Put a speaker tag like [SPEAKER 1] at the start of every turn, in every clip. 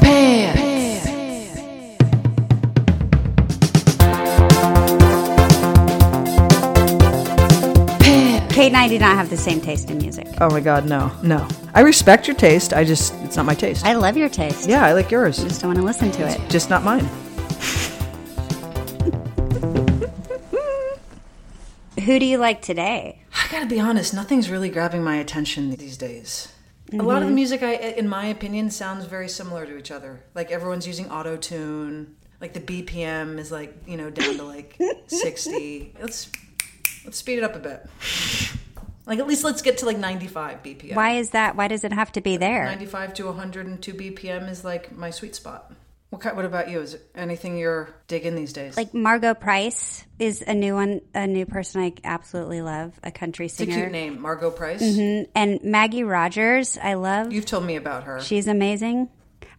[SPEAKER 1] Pants.
[SPEAKER 2] Kate and I do not have the same taste in music.
[SPEAKER 3] Oh my God, no, no. I respect your taste. I just, it's not my taste.
[SPEAKER 2] I love your taste.
[SPEAKER 3] yeah, I like yours.
[SPEAKER 2] I just don't want to listen to it.
[SPEAKER 3] just not mine.
[SPEAKER 2] Who do you like today?
[SPEAKER 3] I gotta be honest, nothing's really grabbing my attention these days. A lot
[SPEAKER 2] Mm-hmm.
[SPEAKER 3] of the music, I, in my opinion, sounds very similar to each other. Like everyone's using auto tune. Like the BPM is like you know down to like sixty. Let's let's speed it up a bit. Like at least let's get to like ninety five BPM.
[SPEAKER 2] Why is that? Why does it have to be there?
[SPEAKER 3] Ninety five to one hundred and two BPM is like my sweet spot. What kind, What about you? Is there anything you're digging these days?
[SPEAKER 2] Like Margot Price is a new one, a new person I absolutely love, a country
[SPEAKER 3] it's a
[SPEAKER 2] singer.
[SPEAKER 3] cute name, Margot Price.
[SPEAKER 2] Mm, And Maggie Rogers, I love.
[SPEAKER 3] You've told me about her.
[SPEAKER 2] She's amazing.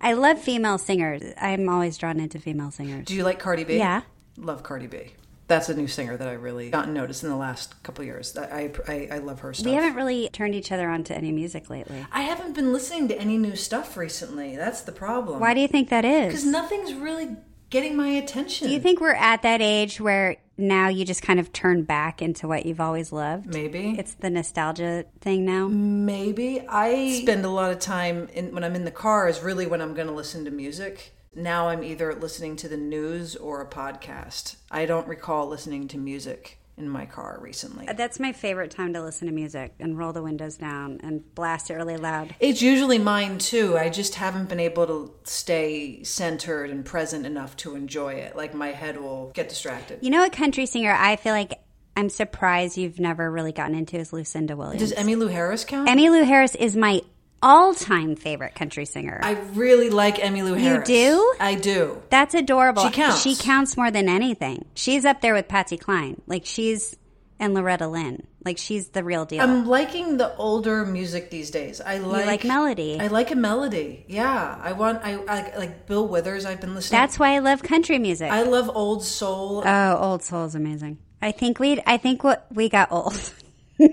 [SPEAKER 2] I love female singers. I'm always drawn into female singers.
[SPEAKER 3] Do you like Cardi B?
[SPEAKER 2] Yeah.
[SPEAKER 3] Love Cardi B. That's a new singer that I really gotten noticed in the last couple of years. I, I, I love her stuff.
[SPEAKER 2] We haven't really turned each other on to any music lately.
[SPEAKER 3] I haven't been listening to any new stuff recently. That's the problem.
[SPEAKER 2] Why do you think that is?
[SPEAKER 3] Because nothing's really getting my attention.
[SPEAKER 2] Do you think we're at that age where now you just kind of turn back into what you've always loved?
[SPEAKER 3] Maybe.
[SPEAKER 2] It's the nostalgia thing now.
[SPEAKER 3] Mm. Maybe. I spend a lot of time in, when I'm in the car is really when I'm going to listen to music. Now I'm either listening to the news or a podcast. I don't recall listening to music in my car recently.
[SPEAKER 2] That's my favorite time to listen to music and roll the windows down and blast it really loud.
[SPEAKER 3] It's usually mine too. I just haven't been able to stay centered and present enough to enjoy it. Like my head will get distracted.
[SPEAKER 2] You know, a country singer I feel like I'm surprised you've never really gotten into is Lucinda Williams.
[SPEAKER 3] Does Emmy Lou Harris count?
[SPEAKER 2] Emmy Lou Harris is my all time favorite country singer.
[SPEAKER 3] I really like Emmy Lou Harris.
[SPEAKER 2] do?
[SPEAKER 3] I do.
[SPEAKER 2] That's adorable.
[SPEAKER 3] She counts.
[SPEAKER 2] She counts more than anything. She's up there with Patsy Cline. Like she's and Loretta Lynn. Like she's the real deal.
[SPEAKER 3] I'm liking the older music these days. I like,
[SPEAKER 2] like melody.
[SPEAKER 3] I like a melody. Yeah, I want. I, I like Bill Withers. I've been listening.
[SPEAKER 2] That's why I love country music.
[SPEAKER 3] I love old soul.
[SPEAKER 2] oh, old soul is amazing. I think we I think what we got old. I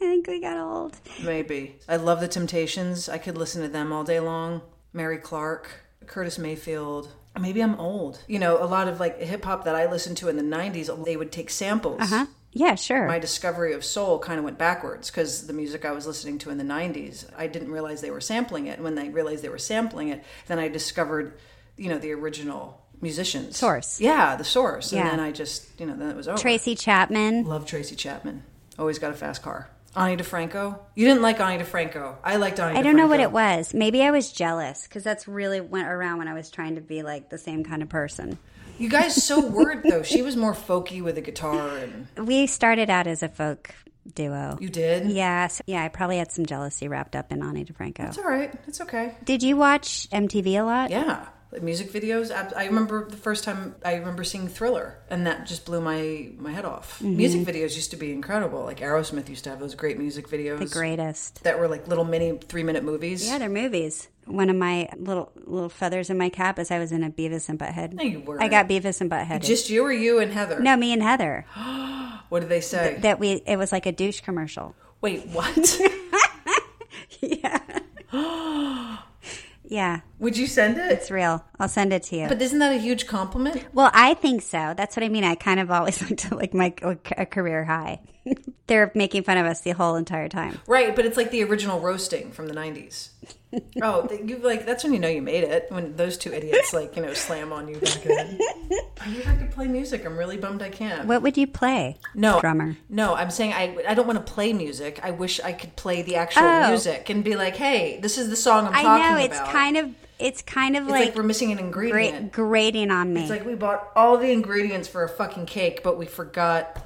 [SPEAKER 2] think we got old.
[SPEAKER 3] Maybe. I love the Temptations. I could listen to them all day long. Mary Clark, Curtis Mayfield. Maybe I'm old. You know, a lot of like hip hop that I listened to in the 90s, they would take samples.
[SPEAKER 2] Huh? Yeah, sure.
[SPEAKER 3] My discovery of soul kind of went backwards because the music I was listening to in the 90s, I didn't realize they were sampling it. And when I realized they were sampling it, then I discovered, you know, the original musicians.
[SPEAKER 2] Source.
[SPEAKER 3] Yeah, the source.
[SPEAKER 2] Yeah.
[SPEAKER 3] And then I just, you know, then it was over.
[SPEAKER 2] Tracy Chapman.
[SPEAKER 3] Love Tracy Chapman. Always got a fast car. Ani DeFranco. You didn't like Ani DeFranco. I liked Ani.
[SPEAKER 2] I don't know what it was. Maybe I was jealous because that's really went around when I was trying to be like the same kind of person.
[SPEAKER 3] You guys so weren't though. She was more folky with a guitar, and
[SPEAKER 2] We started out as a folk duo.
[SPEAKER 3] you did.
[SPEAKER 2] Yeah, so, yeah, I probably had some jealousy wrapped up in Ani DeFranco.
[SPEAKER 3] it's all right. It's okay.
[SPEAKER 2] Did you watch MTV a lot?
[SPEAKER 3] Yeah, Like, music videos. ab- I remember the first time I remember seeing Thriller, and that just blew my my head off.
[SPEAKER 2] Mm-hmm.
[SPEAKER 3] Music videos used to be incredible. Like Aerosmith used to have those great music videos
[SPEAKER 2] The greatest.
[SPEAKER 3] that were like little mini three minute movies.
[SPEAKER 2] Yeah, they're movies. One of my little little feathers in my cap is I was in a Beavis and Butthead.
[SPEAKER 3] No, you weren't.
[SPEAKER 2] I got Beavis and Butthead.
[SPEAKER 3] Just you or you and Heather.
[SPEAKER 2] no, me and Heather.
[SPEAKER 3] What did they say?
[SPEAKER 2] That we it was like a douche commercial.
[SPEAKER 3] Wait, what?
[SPEAKER 2] Yeah,
[SPEAKER 3] Would you send it?
[SPEAKER 2] it's real. I'll send it to you.
[SPEAKER 3] But isn't that a huge compliment?
[SPEAKER 2] Well, I think so. That's what I mean. I kind of always looked at like my like a career high. They're making fun of us the whole entire time.
[SPEAKER 3] Right, but it's like the original roasting from the '90s. oh, th- you like that's when you know you made it when those two idiots like you know slam on you back in. I wish I could play music. I'm really bummed I can't.
[SPEAKER 2] What would you play?
[SPEAKER 3] no
[SPEAKER 2] drummer.
[SPEAKER 3] No, I'm saying I I don't want to play music. I wish I could play the actual
[SPEAKER 2] Oh.
[SPEAKER 3] music and be like, hey, this is the song I'm
[SPEAKER 2] I
[SPEAKER 3] talking
[SPEAKER 2] know it's
[SPEAKER 3] about.
[SPEAKER 2] kind of it's kind of
[SPEAKER 3] it's like,
[SPEAKER 2] like,
[SPEAKER 3] we're missing an
[SPEAKER 2] gra-
[SPEAKER 3] ingredient.
[SPEAKER 2] grating on me.
[SPEAKER 3] It's like we bought all the ingredients for a fucking cake, but we forgot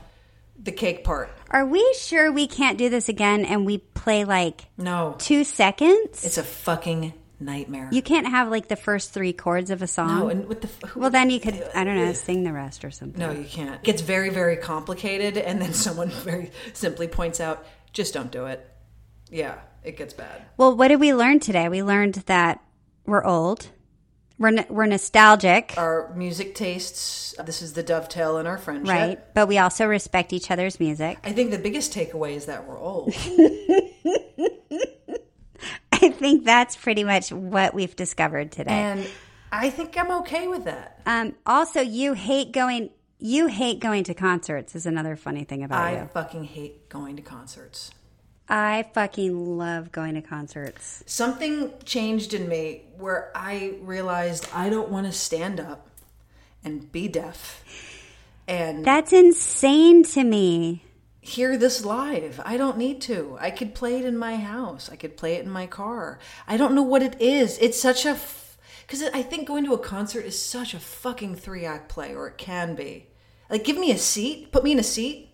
[SPEAKER 3] the cake part.
[SPEAKER 2] Are we sure we can't do this again? And we play like
[SPEAKER 3] No,
[SPEAKER 2] two seconds.
[SPEAKER 3] it's a fucking nightmare.
[SPEAKER 2] you can't have like the first three chords of a song.
[SPEAKER 3] no, and what the f- who-
[SPEAKER 2] well, then you could I don't know sing the rest or something.
[SPEAKER 3] No, you can't. It gets very, very complicated, and then someone very simply points out, just don't do it. Yeah, it gets bad.
[SPEAKER 2] Well, what did we learn today? We learned that we're old. We're, n- we're nostalgic.
[SPEAKER 3] Our music tastes, this is the dovetail in our friendship.
[SPEAKER 2] Right. But we also respect each other's music.
[SPEAKER 3] I think the biggest takeaway is that we're old.
[SPEAKER 2] I think that's pretty much what we've discovered today.
[SPEAKER 3] and I think I'm okay with that.
[SPEAKER 2] Um, also, you hate going. You hate going to concerts is another funny thing about
[SPEAKER 3] I
[SPEAKER 2] you.
[SPEAKER 3] fucking hate going to concerts.
[SPEAKER 2] I fucking love going to concerts.
[SPEAKER 3] something changed in me where I realized I don't want to stand up and be deaf and
[SPEAKER 2] That's insane to me.
[SPEAKER 3] hear this live. I don't need to. I could play it in my house. I could play it in my car. I don't know what it is. It's such a because I think going to a concert is such a fucking three act play, or it can be. Like, give me a seat. Put me in a seat.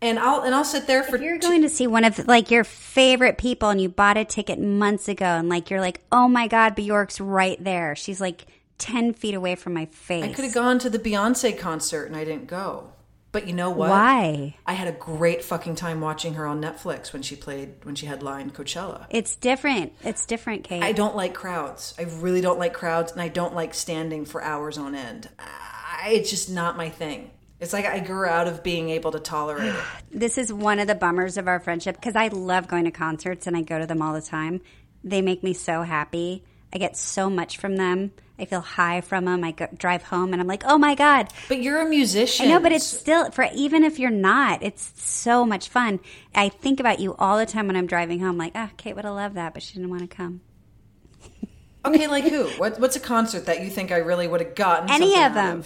[SPEAKER 3] And I'll and I'll sit there for
[SPEAKER 2] If you're going to see one of like your favorite people and you bought a ticket months ago and like you're like, oh my god, Bjork's right there. She's like ten feet away from my face.
[SPEAKER 3] I could have gone to the Beyonce concert and I didn't go. But you know what?
[SPEAKER 2] Why?
[SPEAKER 3] I had a great fucking time watching her on Netflix when she played when she had line Coachella.
[SPEAKER 2] It's different. It's different, Kate.
[SPEAKER 3] I don't like crowds. I really don't like crowds, and I don't like standing for hours on end. I, it's just not my thing. It's like I grew out of being able to tolerate it.
[SPEAKER 2] This is one of the bummers of our friendship because I love going to concerts and I go to them all the time. They make me so happy. I get so much from them. I feel high from them. I go, drive home and I'm like, oh my God.
[SPEAKER 3] But you're a musician.
[SPEAKER 2] I know, but it's still, for even if you're not, it's so much fun. I think about you all the time when I'm driving home, like, ah, Kate would have loved that, but she didn't want to come.
[SPEAKER 3] okay. Like who? What, what's a concert that you think I really would have gotten?
[SPEAKER 2] Any
[SPEAKER 3] something
[SPEAKER 2] of
[SPEAKER 3] out
[SPEAKER 2] them.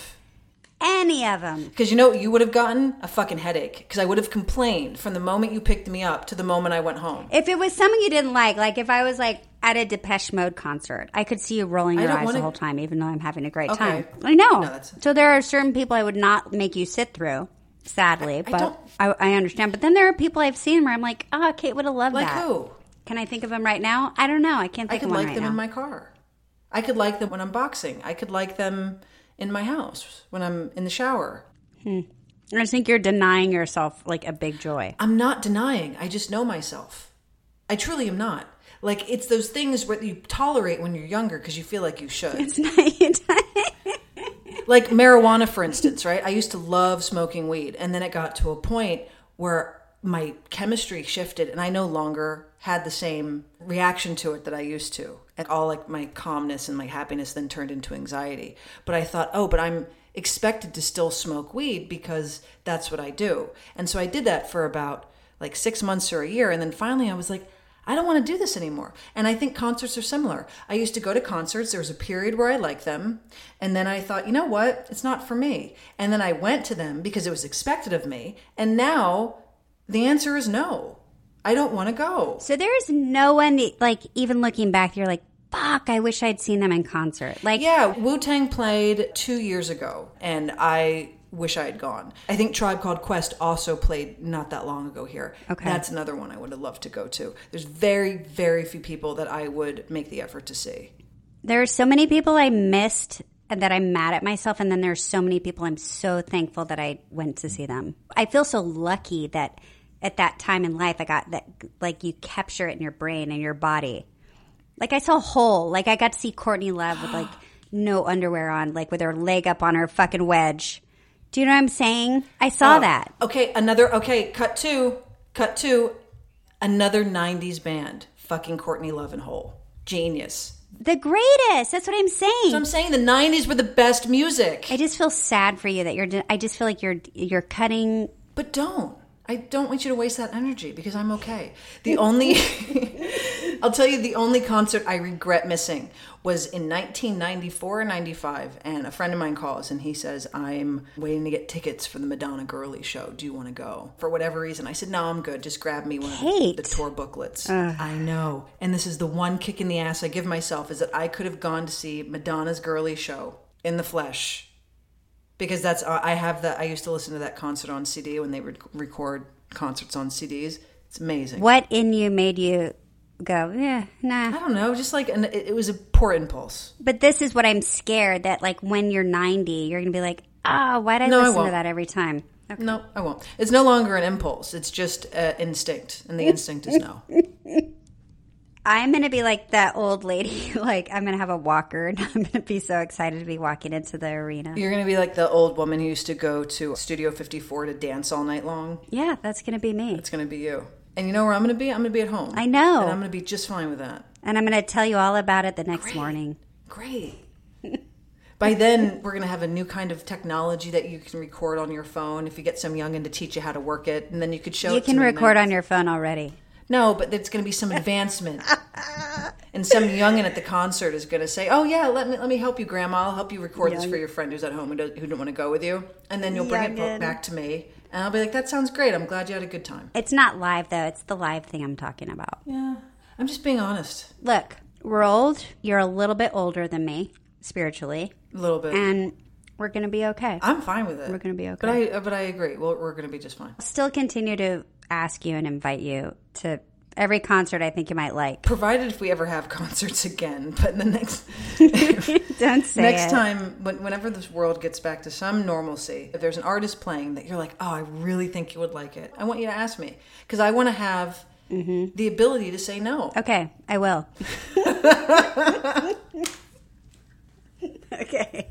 [SPEAKER 2] Any of them.
[SPEAKER 3] Because you know what you would have gotten a fucking headache. Because I would have complained from the moment you picked me up to the moment I went home.
[SPEAKER 2] If it was something you didn't like, like if I was like at a Depeche Mode concert, I could see you rolling
[SPEAKER 3] I
[SPEAKER 2] your
[SPEAKER 3] don't
[SPEAKER 2] eyes
[SPEAKER 3] wanna-
[SPEAKER 2] the whole time, even though I'm having a great
[SPEAKER 3] Okay.
[SPEAKER 2] time. I know.
[SPEAKER 3] No, that's-
[SPEAKER 2] so there are certain people I would not make you sit through, sadly,
[SPEAKER 3] don't-
[SPEAKER 2] but I, I understand. But then there are people I've seen where I'm like, oh, Kate would have loved
[SPEAKER 3] Like
[SPEAKER 2] that.
[SPEAKER 3] who?
[SPEAKER 2] Can I think of them right now? I don't know. I can't
[SPEAKER 3] I
[SPEAKER 2] think
[SPEAKER 3] could
[SPEAKER 2] of one
[SPEAKER 3] like
[SPEAKER 2] right
[SPEAKER 3] them
[SPEAKER 2] now.
[SPEAKER 3] in my car. I could like them when I'm boxing. I could like them in my house when I'm in the shower.
[SPEAKER 2] I just think you're denying yourself like a big joy.
[SPEAKER 3] I'm not denying. I just know myself. I truly am not. Like it's those things where you tolerate when you're younger because you feel like you should.
[SPEAKER 2] It's not.
[SPEAKER 3] like marijuana, for instance, right? I used to love smoking weed, and then it got to a point where my chemistry shifted, and I no longer had the same reaction to it that I used to. And all like my calmness and my happiness then turned into anxiety. But I thought, oh, but I'm expected to still smoke weed because that's what I do. And so I did that for about like six months or a year, and then finally I was like, I don't want to do this anymore. And I think concerts are similar. I used to go to concerts. There was a period where I liked them. And then I thought, you know what? It's not for me. And then I went to them because it was expected of me. And now the answer is no. I don't want to go.
[SPEAKER 2] So there's no one like even looking back. You're like, fuck. I wish I'd seen them in concert. Like,
[SPEAKER 3] Yeah, Wu Tang played two years ago, and I wish I had gone. I think Tribe Called Quest also played not that long ago here.
[SPEAKER 2] Okay.
[SPEAKER 3] That's another one I would have loved to go to. There's very, very few people that I would make the effort to see.
[SPEAKER 2] There are so many people I missed and that I'm mad at myself, and then there's so many people I'm so thankful that I went to see them. I feel so lucky that at that time in life I got that like you capture it in your brain and your body. Like I saw Hole, like I got to see Courtney Love with like no underwear on, like with her leg up on her fucking wedge. Do you know what I'm saying? I saw
[SPEAKER 3] Oh,
[SPEAKER 2] that.
[SPEAKER 3] Uh, Okay, another. Okay, cut two. Cut two. Another 90s band. Fucking Courtney Love and Hole. Genius.
[SPEAKER 2] The greatest. That's what I'm saying.
[SPEAKER 3] So I'm saying the 90s were the best music.
[SPEAKER 2] I just feel sad for you that you're. I just feel like you're you're cutting.
[SPEAKER 3] But don't. I don't want you to waste that energy because I'm okay. The only, I'll tell you, the only concert I regret missing was in 1994 or 95. And a friend of mine calls and he says, I'm waiting to get tickets for the Madonna Girly show. Do you want to go? For whatever reason, I said, No, I'm good. Just grab me one of
[SPEAKER 2] Kate.
[SPEAKER 3] the, the tour booklets. I know. And this is the one kick in the ass I give myself is that I could have gone to see Madonna's Girly show in the flesh because that's uh, I have that I used to listen to that concert on CD when they would record concerts on CDs. It's amazing.
[SPEAKER 2] What in you made you go? Yeah, nah.
[SPEAKER 3] I don't know, just like an, it, it was a poor impulse.
[SPEAKER 2] But this is what I'm scared that like when you're 90, you're gonna be like, ah, why'd I
[SPEAKER 3] No, I
[SPEAKER 2] listen to
[SPEAKER 3] won't.
[SPEAKER 2] that every time? Okay.
[SPEAKER 3] No, I won't. It's no longer an impulse. It's just uh, instinct, and the instinct is no.
[SPEAKER 2] I'm gonna be like that old lady. like I'm gonna have a walker, and I'm gonna be so excited to be walking into the arena.
[SPEAKER 3] You're gonna be like the old woman who used to go to Studio 54 to dance all night long.
[SPEAKER 2] Yeah, that's gonna be me.
[SPEAKER 3] It's gonna be you. And you know where I'm gonna be? I'm gonna be at home.
[SPEAKER 2] I know.
[SPEAKER 3] And I'm gonna be just fine with that.
[SPEAKER 2] And I'm gonna tell you all about it the next morning.
[SPEAKER 3] Great. By then, we're going to have a new kind of technology that you can record on your phone if you get some youngin' to teach you how to work it, and then you could show
[SPEAKER 2] You
[SPEAKER 3] it to
[SPEAKER 2] can
[SPEAKER 3] them.
[SPEAKER 2] record on your phone already.
[SPEAKER 3] No, but there's going to be some advancement. and some youngin' at the concert is going to say, "Oh yeah, let me let me help you, Grandma. I'll help you record this for your friend who's at home and does, who didn't want to go with you." And then you'll bring
[SPEAKER 2] Youngin'.
[SPEAKER 3] it back to me, and I'll be like, "That sounds great. I'm glad you had a good time."
[SPEAKER 2] It's not live though. It's the live thing I'm talking about.
[SPEAKER 3] Yeah, I'm just being honest
[SPEAKER 2] Look, we're old. You're a little bit older than me spiritually,
[SPEAKER 3] a little bit.
[SPEAKER 2] and we're gonna be okay.
[SPEAKER 3] I'm fine with it.
[SPEAKER 2] We're gonna be okay.
[SPEAKER 3] But I but I agree. Well, we're going to be just fine.
[SPEAKER 2] still continue to ask you and invite you to every concert I think you might like.
[SPEAKER 3] provided if we ever have concerts again but the next
[SPEAKER 2] Don't say
[SPEAKER 3] next
[SPEAKER 2] it.
[SPEAKER 3] time when, whenever this world gets back to some normalcy if there's an artist playing that you're like oh i really think you would like it i want you to ask me because i want to have the ability to say no
[SPEAKER 2] Okay, I will. okay.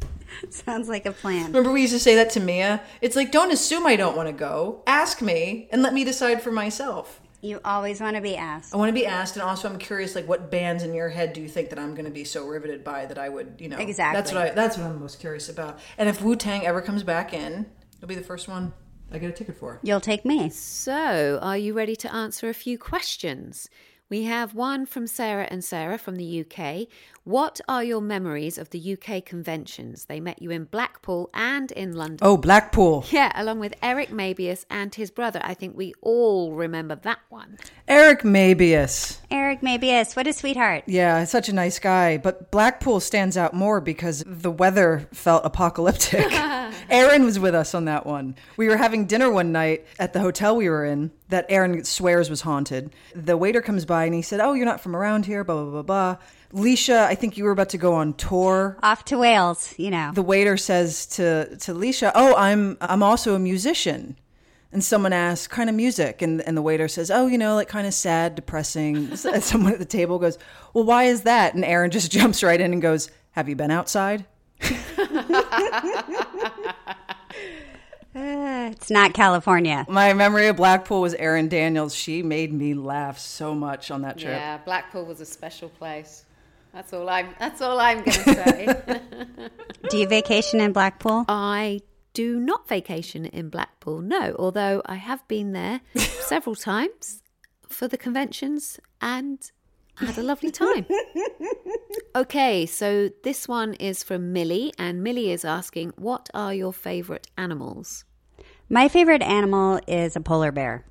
[SPEAKER 2] Sounds like a plan.
[SPEAKER 3] remember we used to say that to mia it's like don't assume i don't want to go ask me and let me decide for myself
[SPEAKER 2] You always want to be asked.
[SPEAKER 3] i want to be asked and also i'm curious like what bands in your head do you think that i'm going to be so riveted by that i would you know that's
[SPEAKER 2] Exactly.
[SPEAKER 3] what i that's what i'm most curious about and if wu-tang ever comes back in it'll be the first one i get a ticket for
[SPEAKER 2] You'll take me.
[SPEAKER 1] So, are you ready to answer a few questions? We have one from Sarah and Sarah from the UK. What are your memories of the UK conventions? They met you in Blackpool and in London.
[SPEAKER 3] Oh, Blackpool.
[SPEAKER 1] Yeah, along with Eric Mabius and his brother. I think we all remember that one.
[SPEAKER 3] Eric Mabius.
[SPEAKER 2] Eric Mabius, what a sweetheart.
[SPEAKER 3] Yeah, such a nice guy. But Blackpool stands out more because the weather felt apocalyptic. Aaron was with us on that one. We were having dinner one night at the hotel we were in that Aaron swears was haunted. The waiter comes by and he said, Oh, you're not from around here, blah, blah, blah, blah. Leisha, I think you were about to go on tour.
[SPEAKER 2] Off to Wales, you know.
[SPEAKER 3] the waiter says to to Leisha, "Oh, I'm I'm also a musician." And someone asks, "Kind of music?" And and the waiter says, "Oh, you know, like kind of sad, depressing." S- and someone at the table goes, "Well, why is that?" And Aaron just jumps right in and goes, "Have you been outside?"
[SPEAKER 2] it's not California.
[SPEAKER 3] My memory of Blackpool was Aaron Daniels. She made me laugh so much on that trip.
[SPEAKER 1] Yeah, Blackpool was a special place. That's all I'm that's all I'm going to say.
[SPEAKER 2] Do you vacation in Blackpool?
[SPEAKER 1] I do not vacation in Blackpool, no, although I have been there several times for the conventions and had a lovely time. okay, so this one is from Millie, and Millie is asking, What are your favourite animals?
[SPEAKER 2] My favorite animal is a polar bear.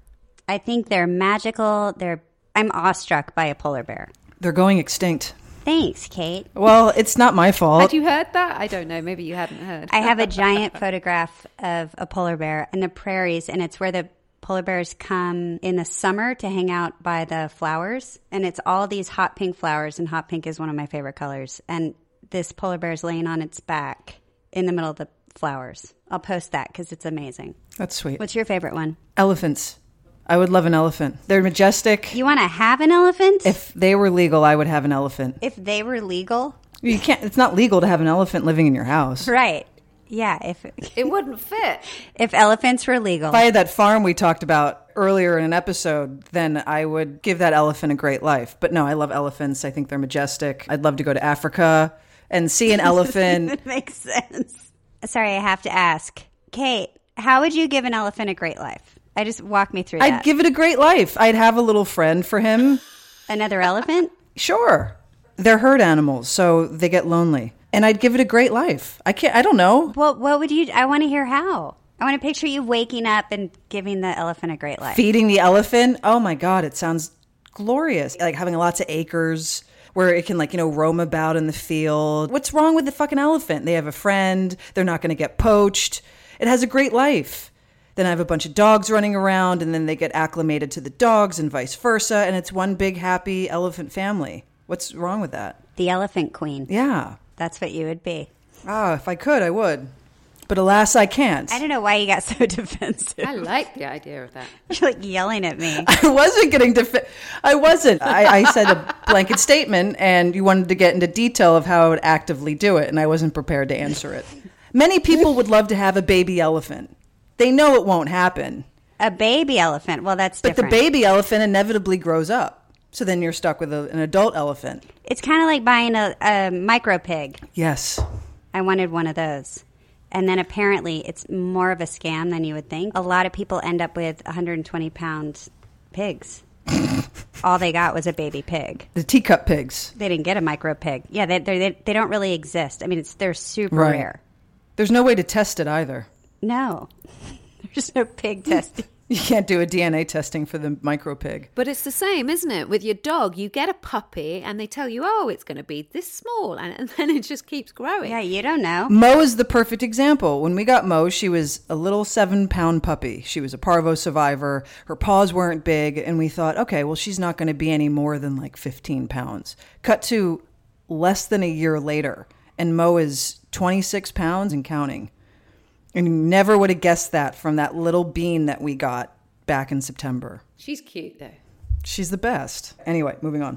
[SPEAKER 2] I think they're magical. They're I'm awestruck by a polar bear.
[SPEAKER 3] They're going extinct.
[SPEAKER 2] Thanks, Kate.
[SPEAKER 3] Well, it's not my fault.
[SPEAKER 1] Had you heard that? I don't know, maybe you hadn't heard.
[SPEAKER 2] I have a giant photograph of a polar bear in the prairies, and it's where the polar bears come in the summer to hang out by the flowers, and it's all these hot pink flowers, and hot pink is one of my favorite colors. And this polar bear is laying on its back in the middle of the flowers. I'll post that because it's amazing.
[SPEAKER 3] That's sweet.
[SPEAKER 2] What's your favorite one?
[SPEAKER 3] Elephants. I would love an elephant. They're majestic.
[SPEAKER 2] You want to have an elephant?
[SPEAKER 3] If they were legal, I would have an elephant.
[SPEAKER 2] if they were legal,
[SPEAKER 3] You can't. It's not legal to have an elephant living in your house. If
[SPEAKER 2] right? Yeah. If
[SPEAKER 1] It wouldn't fit.
[SPEAKER 2] if elephants were legal,
[SPEAKER 3] I had that farm we talked about earlier in an episode, then I would give that elephant a great life. But no, I love elephants. I think they're majestic. I'd love to go to Africa and see an elephant.
[SPEAKER 2] makes sense. Sorry, I have to ask, Kate. How would you give an elephant a great life? I just walk me through
[SPEAKER 3] I'd
[SPEAKER 2] that.
[SPEAKER 3] give it a great life. I'd have a little friend for him.
[SPEAKER 2] Another elephant?
[SPEAKER 3] Sure. They're herd animals, so they get lonely. And I'd give it a great life. I can't I don't know.
[SPEAKER 2] What what would you I want to hear how? I want to picture you waking up and giving the elephant a great life.
[SPEAKER 3] Feeding the elephant. Oh my god, it sounds glorious. Like having lots of acres where it can like, you know, roam about in the field. What's wrong with the fucking elephant? They have a friend. They're not going to get poached. It has a great life. Then I have a bunch of dogs running around and then they get acclimated to the dogs and vice versa and it's one big happy elephant family. What's wrong with that?
[SPEAKER 2] The elephant queen.
[SPEAKER 3] Yeah.
[SPEAKER 2] That's what you would be.
[SPEAKER 3] Ah, if I could, I would. But alas, I can't.
[SPEAKER 2] I don't know why you got so defensive.
[SPEAKER 1] I like the idea of that.
[SPEAKER 2] You're like yelling at me.
[SPEAKER 3] I wasn't getting def- I wasn't. I, I said a blanket statement, and you wanted to get into detail of how I would actively do it, and I wasn't prepared to answer it. Many people would love to have a baby elephant. They know it won't happen,
[SPEAKER 2] A baby elephant. Well, that's
[SPEAKER 3] but
[SPEAKER 2] different.
[SPEAKER 3] the baby elephant inevitably grows up. So then you're stuck with a, an adult elephant.
[SPEAKER 2] it's kind of like buying a, a micro pig.
[SPEAKER 3] Yes.
[SPEAKER 2] I wanted one of those. And then apparently it's more of a scam than you would think. A lot of people end up with 120 pound pigs. All they got was a baby pig.
[SPEAKER 3] The teacup pigs.
[SPEAKER 2] They didn't get a micro pig. Yeah, they, they, they, they don't really exist. I mean, it's they're super
[SPEAKER 3] Right.
[SPEAKER 2] rare.
[SPEAKER 3] There's no way to test it either.
[SPEAKER 2] No, there's no pig testing.
[SPEAKER 3] You can't do a DNA testing for the micro pig.
[SPEAKER 1] But it's the same, isn't it? With your dog, you get a puppy and they tell you, oh, it's going to be this small. And, and then it just keeps growing.
[SPEAKER 2] yeah, you don't know.
[SPEAKER 3] Mo is the perfect example. When we got Mo, she was a little seven pound puppy. She was a parvo survivor. Her paws weren't big. And we thought, okay, well, she's not going to be any more than like 15 pounds. Cut to less than a year later. And Mo is 26 pounds and counting. And you never would have guessed that from that little bean that we got back in September.
[SPEAKER 1] She's cute, though.
[SPEAKER 3] She's the best. Anyway, moving on.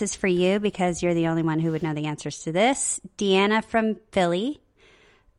[SPEAKER 2] is for you because you're the only one who would know the answers to this. Deanna from Philly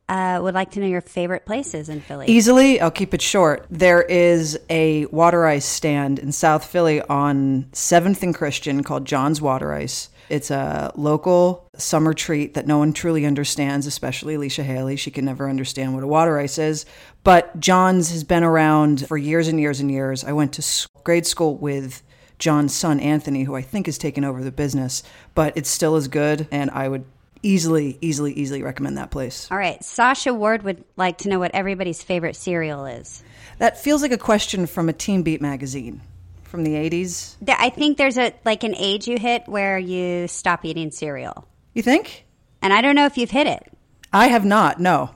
[SPEAKER 2] uh, would like to know your favorite places in Philly.
[SPEAKER 3] Easily, I'll keep it short. There is a water ice stand in South Philly on 7th and Christian called John's Water Ice. It's a local summer treat that no one truly understands, especially Alicia Haley. She can never understand what a water ice is. But John's has been around for years and years and years. I went to s- grade school with John's son, Anthony, who I think has taken over the business, but it still is good. And I would easily, easily, easily recommend that place.
[SPEAKER 2] All right, Sasha Ward would like to know what everybody's favorite cereal is.
[SPEAKER 3] That feels like a question from a Teen Beat magazine from the 80s.
[SPEAKER 2] Th- I think there's a like an age you hit where you stop eating cereal,
[SPEAKER 3] You think?
[SPEAKER 2] and I don't know if you've hit it.
[SPEAKER 3] I have not, no.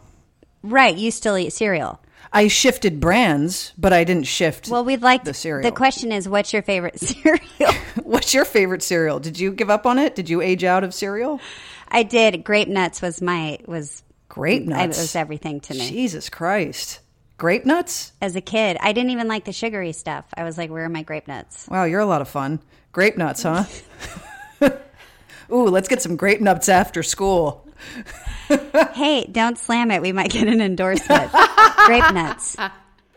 [SPEAKER 2] Right, you still eat cereal.
[SPEAKER 3] I shifted brands, but I didn't shift.
[SPEAKER 2] Well, we'd like
[SPEAKER 3] the cereal.
[SPEAKER 2] The question is, what's your favorite cereal?
[SPEAKER 3] What's your favorite cereal? Did you give up on it? Did you age out of cereal?
[SPEAKER 2] I did. Grape nuts was my was
[SPEAKER 3] Grape
[SPEAKER 2] I, it
[SPEAKER 3] nuts.
[SPEAKER 2] was everything to me.
[SPEAKER 3] Jesus Christ. Grape nuts?
[SPEAKER 2] As a kid, I didn't even like the sugary stuff. I was like, "Where are my grape nuts?"
[SPEAKER 3] Wow, you're a lot of fun. Grape nuts, huh? Ooh, let's get some grape nuts after school.
[SPEAKER 2] hey, don't slam it. We might get an endorsement. grape nuts.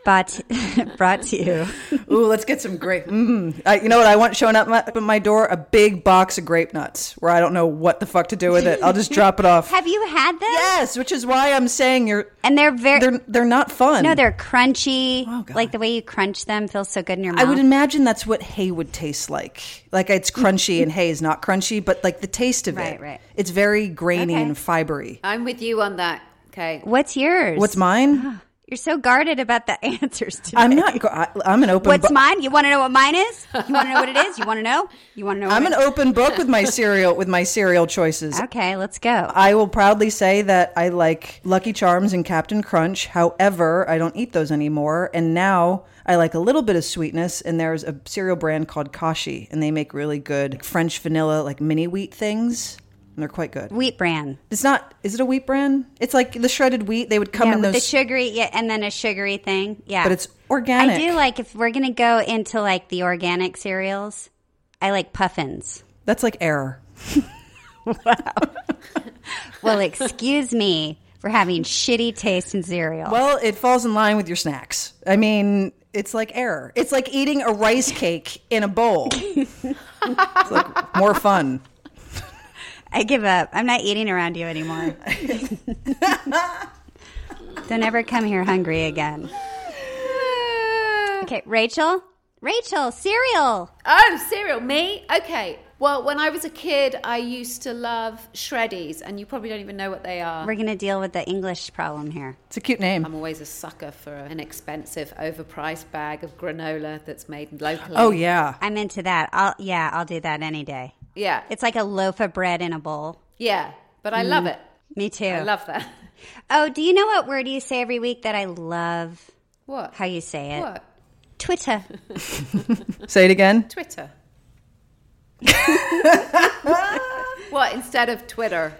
[SPEAKER 2] brought, brought to you.
[SPEAKER 3] Ooh, let's get some grape. Mm. I, you know what I want showing up my, at my door? A big box of grape nuts where I don't know what the fuck to do with it. I'll just drop it off.
[SPEAKER 2] Have you had them?
[SPEAKER 3] yes, which is why I'm saying you're.
[SPEAKER 2] And they're very.
[SPEAKER 3] They're they're not fun.
[SPEAKER 2] no, they're crunchy.
[SPEAKER 3] God.
[SPEAKER 2] like the way you crunch them feels so good in your mouth.
[SPEAKER 3] I would imagine that's what hay would taste like. Like it's crunchy and hay is not crunchy, but like the taste of
[SPEAKER 2] Right,
[SPEAKER 3] it.
[SPEAKER 2] right.
[SPEAKER 3] It's very grainy
[SPEAKER 2] Okay.
[SPEAKER 3] and fibery.
[SPEAKER 1] I'm with you on that. Okay.
[SPEAKER 2] What's yours?
[SPEAKER 3] What's mine?
[SPEAKER 2] You're so guarded about the answers today.
[SPEAKER 3] I'm not. go- I, I'm an open.
[SPEAKER 2] What's
[SPEAKER 3] bu-
[SPEAKER 2] mine? You want to know what mine is? You want to know what it is? You want to know? You want to know? What
[SPEAKER 3] I'm
[SPEAKER 2] it
[SPEAKER 3] an open book with my cereal with my cereal choices.
[SPEAKER 2] is? Okay, let's go.
[SPEAKER 3] I will proudly say that I like Lucky Charms and Captain Crunch. However, I don't eat those anymore. And now I like a little bit of sweetness. And there's a cereal brand called Kashi, and they make really good French vanilla, like mini wheat things. And they're quite good.
[SPEAKER 2] Wheat bran.
[SPEAKER 3] It's not, is it a wheat brand? It's like the shredded wheat. They would come
[SPEAKER 2] Yeah,
[SPEAKER 3] in
[SPEAKER 2] with
[SPEAKER 3] those,
[SPEAKER 2] the sugary, yeah, and then a sugary thing. Yeah,
[SPEAKER 3] but it's organic.
[SPEAKER 2] I do like if we're gonna go into like the organic cereals. I like puffins.
[SPEAKER 3] That's like error.
[SPEAKER 2] Well, excuse me for having shitty taste in cereal.
[SPEAKER 3] Well, it falls in line with your snacks. I mean, it's like error. It's like eating a rice cake in a bowl. it's like more fun.
[SPEAKER 2] I give up. I'm not eating around you anymore. Don't ever come here hungry again. Okay, Rachel. Rachel, cereal.
[SPEAKER 1] Oh, cereal, me? Okay. Well, when I was a kid, I used to love Shreddies, and you probably don't even know what they are.
[SPEAKER 2] We're gonna deal with the English problem here.
[SPEAKER 3] It's a cute name.
[SPEAKER 1] I'm always a sucker for an expensive, overpriced bag of granola that's made locally.
[SPEAKER 3] Oh yeah.
[SPEAKER 2] I'm into that. I'll yeah, I'll do that any day.
[SPEAKER 1] yeah,
[SPEAKER 2] It's like a loaf of bread in a bowl.
[SPEAKER 1] yeah. But I
[SPEAKER 3] Mm.
[SPEAKER 1] love it.
[SPEAKER 2] Me too.
[SPEAKER 1] I love that.
[SPEAKER 2] oh, do you know what word you say every week that I love
[SPEAKER 1] What?
[SPEAKER 2] how you say it?
[SPEAKER 1] What?
[SPEAKER 2] Twitter.
[SPEAKER 3] Say it again.
[SPEAKER 1] Twitter. what instead of Twitter?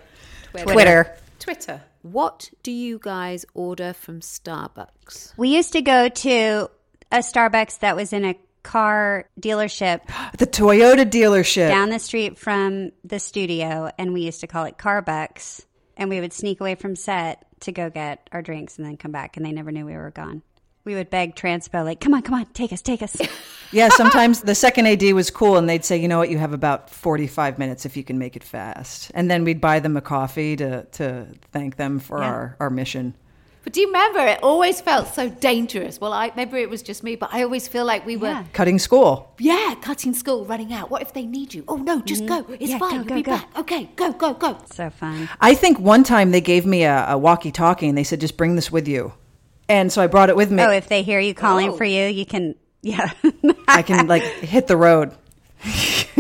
[SPEAKER 1] Twitter.
[SPEAKER 3] Twitter.
[SPEAKER 1] Twitter. What do you guys order from Starbucks?
[SPEAKER 2] We used to go to a Starbucks that was in a car dealership
[SPEAKER 3] The Toyota dealership.
[SPEAKER 2] down the street from the studio, and we used to call it Carbucks. And we would sneak away from set to go get our drinks and then come back, and they never knew we were gone. We would beg Transpo, like, come on, come on, take us, take us.
[SPEAKER 3] Yeah, sometimes the second AD was cool and they'd say, "You know what? You have about 45 minutes if you can make it fast." And then we'd buy them a coffee to to thank them for our our mission.
[SPEAKER 1] But do you remember? It always felt so dangerous. Well, I maybe it was just me, but I always feel like we were
[SPEAKER 3] Cutting school.
[SPEAKER 1] yeah cutting school, running out. What if they need you? Oh no, just go. It's
[SPEAKER 2] Mm-hmm. Yeah, go,
[SPEAKER 1] fine.
[SPEAKER 2] go,
[SPEAKER 1] You'll be
[SPEAKER 2] go.
[SPEAKER 1] back. Okay, go, go, go.
[SPEAKER 2] so fun.
[SPEAKER 3] I think one time they gave me a, a walkie-talkie and they said, "Just bring this with you." And so I brought it with me.
[SPEAKER 2] Oh, if they hear you calling
[SPEAKER 1] Oh.
[SPEAKER 2] for you, you can, yeah.
[SPEAKER 3] I can like hit the road.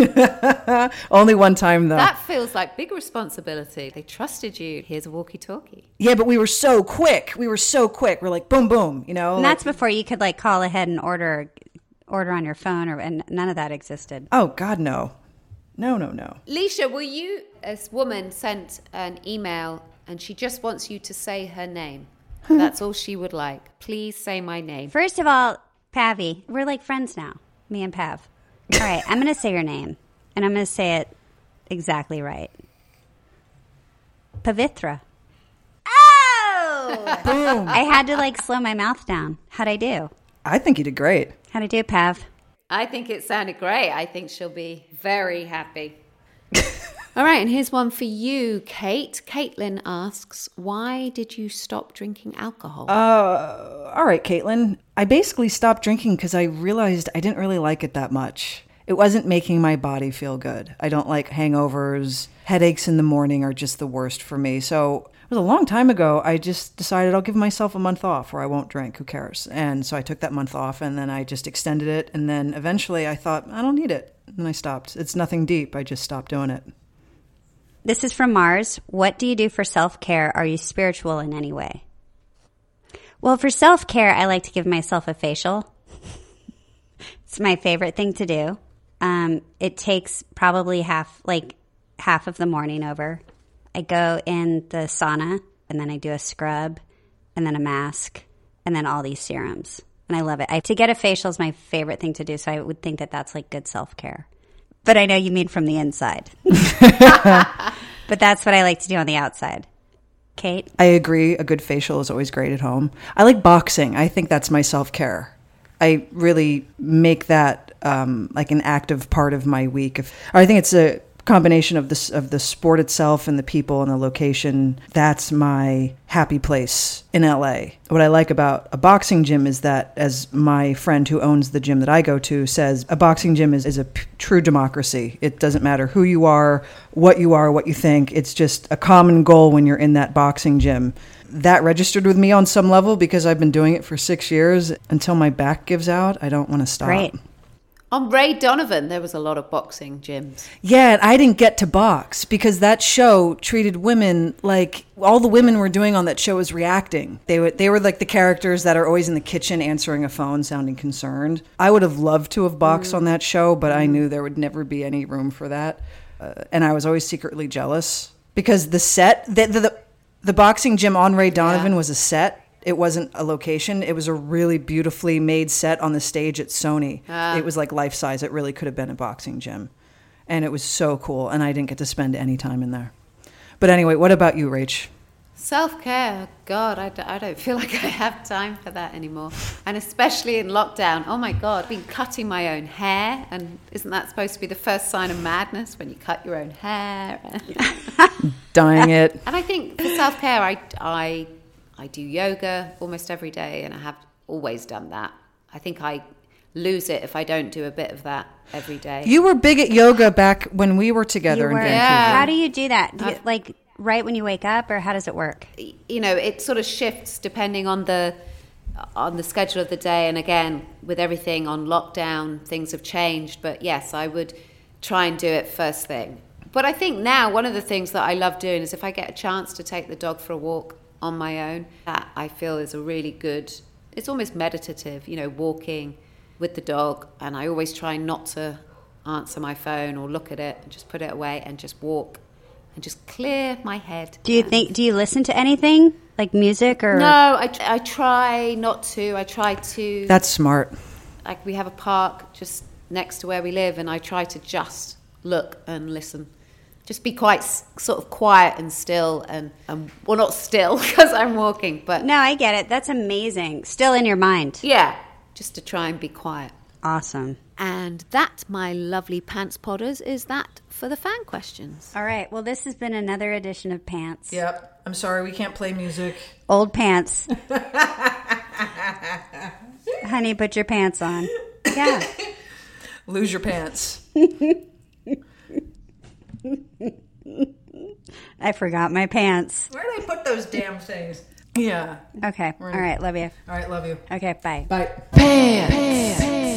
[SPEAKER 3] Only one time though.
[SPEAKER 1] That feels like big responsibility. They trusted you. Here's a walkie-talkie.
[SPEAKER 3] yeah, but we were so quick. We were so quick. We're like boom boom, you know.
[SPEAKER 2] and
[SPEAKER 3] like-
[SPEAKER 2] that's before you could like call ahead and order order on your phone, or and none of that existed.
[SPEAKER 3] Oh God, no, no, no, no.
[SPEAKER 1] Leisha, will you? This woman sent an email and she just wants you to say her name. That's all she would like. Please say my name.
[SPEAKER 2] First of all, Pavi, we're like friends now, me and Pav. All right, I'm going to say your name, and I'm going to say it exactly right. Pavithra. Oh!
[SPEAKER 3] Boom.
[SPEAKER 2] I had to like slow my mouth down. How'd I do?
[SPEAKER 3] I think you did great.
[SPEAKER 2] How'd I do, Pav?
[SPEAKER 1] I think it sounded great. I think she'll be very happy. all right, and here's one for you, Kate. Caitlin asks, Why did you stop drinking alcohol?
[SPEAKER 3] All right, Caitlin. I basically stopped drinking because I realized I didn't really like it that much. It wasn't making my body feel good. I don't like hangovers. Headaches in the morning are just the worst for me. So it was a long time ago. I just decided I'll give myself a month off where I won't drink. Who cares? And so I took that month off and then I just extended it. And then eventually I thought, I don't need it. And I stopped. It's nothing deep. I just stopped doing it.
[SPEAKER 2] This is from Mars. What do you do for self care? Are you spiritual in any way? Well, for self care, I like to give myself a facial. it's my favorite thing to do. Um, it takes probably half, like half of the morning over. I go in the sauna and then I do a scrub and then a mask and then all these serums. And I love it. I, to get a facial is my favorite thing to do. So I would think that that's like good self care. But I know you mean from the inside. But that's what I like to do on the outside. Kate?
[SPEAKER 3] I agree. A good facial is always great at home. I like boxing. I think that's my self care. I really make that um, like an active part of my week. If I think it's a combination of this of the sport itself and the people and the location. That's my happy place in LA. What I like about a boxing gym is that, as my friend who owns the gym that I go to says, a boxing gym is, is a p- true democracy. It doesn't matter who you are, what you are, what you think. It's just a common goal when you're in that boxing gym. That registered with me on some level because I've been doing it for six years. Until my back gives out, I don't want to stop.
[SPEAKER 2] Great.
[SPEAKER 1] On Ray Donovan, there was a lot of boxing gyms.
[SPEAKER 3] Yeah, and I didn't get to box because that show treated women like all the women were doing on that show was reacting. They were they were like the characters that are always in the kitchen answering a phone, sounding concerned. I would have loved to have boxed on that show, but I knew there would never be any room for that, uh, and I was always secretly jealous because the set the the, the, the boxing gym on Ray Donovan was a set. It wasn't a location. It was a really beautifully made set on the stage at Sony. It was like life size. It really could have been a boxing gym and it was so cool and i didn't get to spend any time in there but anyway what about you rach
[SPEAKER 1] Self care, God, I, d- I don't feel like I have time for that anymore. And especially in lockdown, oh my God, I've been cutting my own hair. And isn't that supposed to be the first sign of madness when you cut your own hair?
[SPEAKER 3] dying it
[SPEAKER 1] And I think for self care, I, I, I do yoga almost every day, and I have always done that. I think I lose it if I don't do a bit of that every day.
[SPEAKER 3] you were big at yoga back when we were together in vancouver
[SPEAKER 2] How do you do that? Do you, like right when you wake up, or how does it work?
[SPEAKER 1] you know it sort of shifts depending on the on the schedule of the day and again with everything on lockdown things have changed but yes i would try and do it first thing but i think now one of the things that i love doing is if i get a chance to take the dog for a walk on my own that i feel is a really good it's almost meditative you know walking with the dog and i always try not to answer my phone or look at it and just put it away and just walk and just clear my head
[SPEAKER 2] Do you think? Do you listen to anything like music or?
[SPEAKER 1] no, I, I try not to. I try to.
[SPEAKER 3] that's smart
[SPEAKER 1] like, we have a park just next to where we live, and I try to just look and listen. Just be quite s- sort of quiet and still, and, and well, not still because I'm walking, but
[SPEAKER 2] No, I get it. That's amazing. Still in your mind.
[SPEAKER 1] yeah, just to try and be quiet.
[SPEAKER 2] Awesome.
[SPEAKER 4] And that, my lovely pants podders, is that for the fan questions.
[SPEAKER 2] All right. Well, this has been another edition of Pants.
[SPEAKER 5] Yep. I'm sorry, we can't play music.
[SPEAKER 2] Old pants. Honey, put your pants on. Yeah.
[SPEAKER 5] Lose your pants.
[SPEAKER 2] I forgot my pants.
[SPEAKER 5] Where did I put those damn things? Yeah.
[SPEAKER 2] Okay. All right. Love you.
[SPEAKER 5] All right, love you.
[SPEAKER 2] Okay. Bye.
[SPEAKER 5] Bye.
[SPEAKER 6] Thanks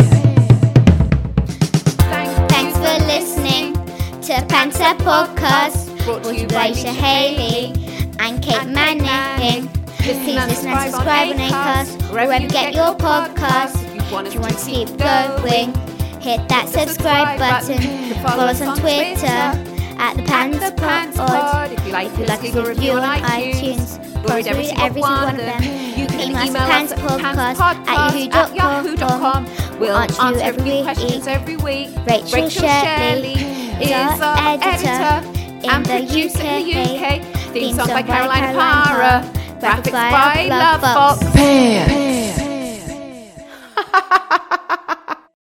[SPEAKER 6] for listening to Panther Podcast. Brought to you by Leisha Haley and Kate Manning. Please listen and subscribe on Acast, wherever you get your podcasts. If you want to keep going, hit that subscribe button. Follow us on Twitter at the Panther Pod. If you like to leave a review on iTunes, please read every single one of them. You can email us at panspodcast at yahoo.com. We'll answer you every questions
[SPEAKER 1] Every week,
[SPEAKER 6] Rachel, Shirley, is our editor in the UK. Theme song by Caroline Parra. Graphics by Love Fox.
[SPEAKER 1] Pants.